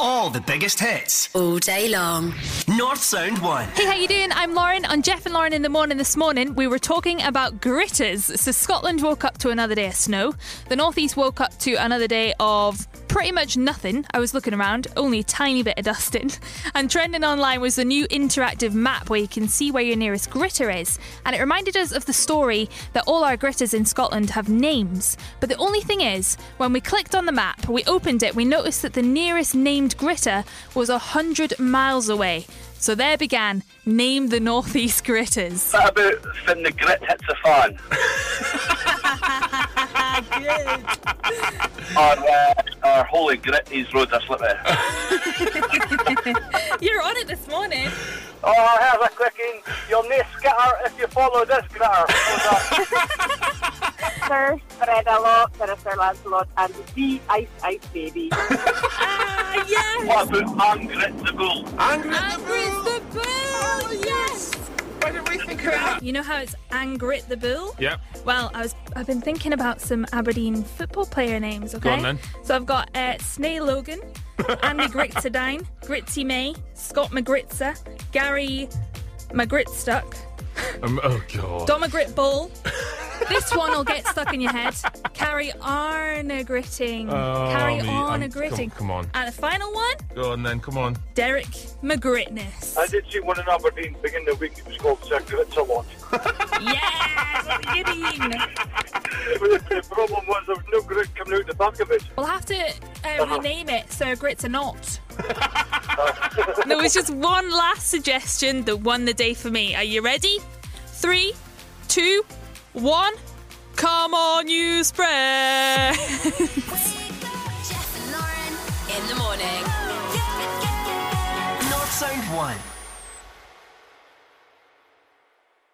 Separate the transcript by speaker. Speaker 1: All the biggest hits.
Speaker 2: all day long.
Speaker 1: North Sound 1.
Speaker 3: Hey, how you doing? I'm Lauren. On Jeff and Lauren in the morning this morning, we were talking about gritters. So Scotland woke up to another day of snow. The northeast woke up to another day of pretty much nothing. I was looking around, only a tiny bit of dusting. And trending online was the new interactive map where you can see where your nearest gritter is. And it reminded us of the story that all our gritters in Scotland have names. But the only thing is, when we clicked on the map, we opened it, we noticed that the nearest named gritter was 100 miles away. So there began Name the Northeast Gritters.
Speaker 4: That about when the grit hits the fan. Our, uh, our holy grit, these roads are slippery.
Speaker 3: You're on it this morning.
Speaker 4: oh, here's a quicking. You'll nae skitter if you follow this gritter.
Speaker 5: Sir Fred a lot, Sir Lancelot, and the Ice Ice Baby.
Speaker 3: Ah, yes!
Speaker 4: what about and grit the bull?
Speaker 3: yes!
Speaker 6: Why did we think of that?
Speaker 3: You know how it's Angrit the Bull?
Speaker 6: Yep.
Speaker 3: Well, I was I've been thinking about some Aberdeen football player names, okay?
Speaker 6: on then.
Speaker 3: So I've got uh, Snay Logan, Andy Gritzadine, Gritty May, Scott McGritzer, Gary McGritstuck,
Speaker 6: Um, oh god.
Speaker 3: Dom McGrit Bull. this one will get stuck in your head. Carry on a gritting.
Speaker 6: Oh,
Speaker 3: Carry
Speaker 6: me-
Speaker 3: on
Speaker 6: I'm-
Speaker 3: a gritting.
Speaker 6: come- come on.
Speaker 3: And the final one,
Speaker 6: Go on then, come on.
Speaker 3: Derek McGritness.
Speaker 4: did see one in Aberdeen beginning of the week. It was called Sir Grit a lot.
Speaker 3: yes, what a goodie.
Speaker 4: the problem was there was no grit coming out the back of it.
Speaker 3: We'll have to uh, rename it Sir Grits or Not. there was just one last suggestion that won the day for me. Are you ready? Three, two, one. Come on, you spread.
Speaker 2: Jeff and Lauren in the morning.
Speaker 1: North Sound 1.